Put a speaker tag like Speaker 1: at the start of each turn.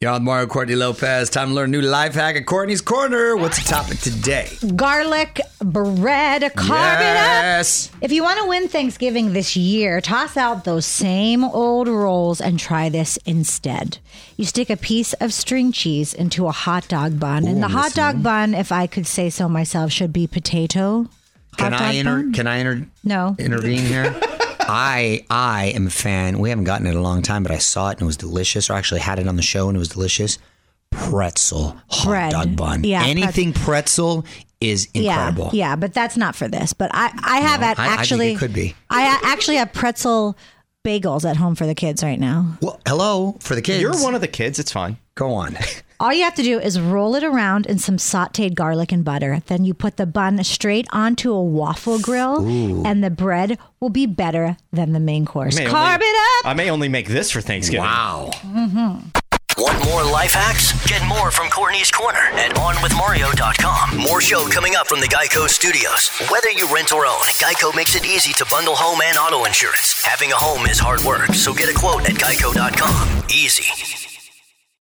Speaker 1: You're on Mario Courtney Lopez. Time to learn a new life hack at Courtney's Corner. What's the topic today?
Speaker 2: garlic bread. Carb
Speaker 1: yes.
Speaker 2: it up. If you want to win Thanksgiving this year, toss out those same old rolls and try this instead. You stick a piece of string cheese into a hot dog bun, and the hot dog bun, if I could say so myself, should be potato.
Speaker 1: Can
Speaker 2: hot
Speaker 1: I
Speaker 2: dog
Speaker 1: inter-
Speaker 2: bun?
Speaker 1: can I inter-
Speaker 2: No.
Speaker 1: intervene here? I I am a fan. We haven't gotten it in a long time, but I saw it and it was delicious. Or actually had it on the show and it was delicious. Pretzel hot
Speaker 2: Bread.
Speaker 1: dog bun.
Speaker 2: Yeah,
Speaker 1: Anything pretzel is incredible.
Speaker 2: Yeah, yeah, but that's not for this. But I, I have at
Speaker 1: I- I think it
Speaker 2: actually
Speaker 1: could be.
Speaker 2: I actually have pretzel bagels at home for the kids right now.
Speaker 1: Well, hello for the kids.
Speaker 3: You're one of the kids. It's fine.
Speaker 1: Go on.
Speaker 2: All you have to do is roll it around in some sauteed garlic and butter. Then you put the bun straight onto a waffle grill, and the bread will be better than the main course.
Speaker 3: May
Speaker 2: Carb
Speaker 3: only-
Speaker 2: it up.
Speaker 3: I may only make this for Thanksgiving.
Speaker 1: Wow.
Speaker 4: Want more life hacks? Get more from Courtney's Corner at OnWithMario.com. More show coming up from the Geico Studios. Whether you rent or own, Geico makes it easy to bundle home and auto insurance. Having a home is hard work, so get a quote at Geico.com. Easy.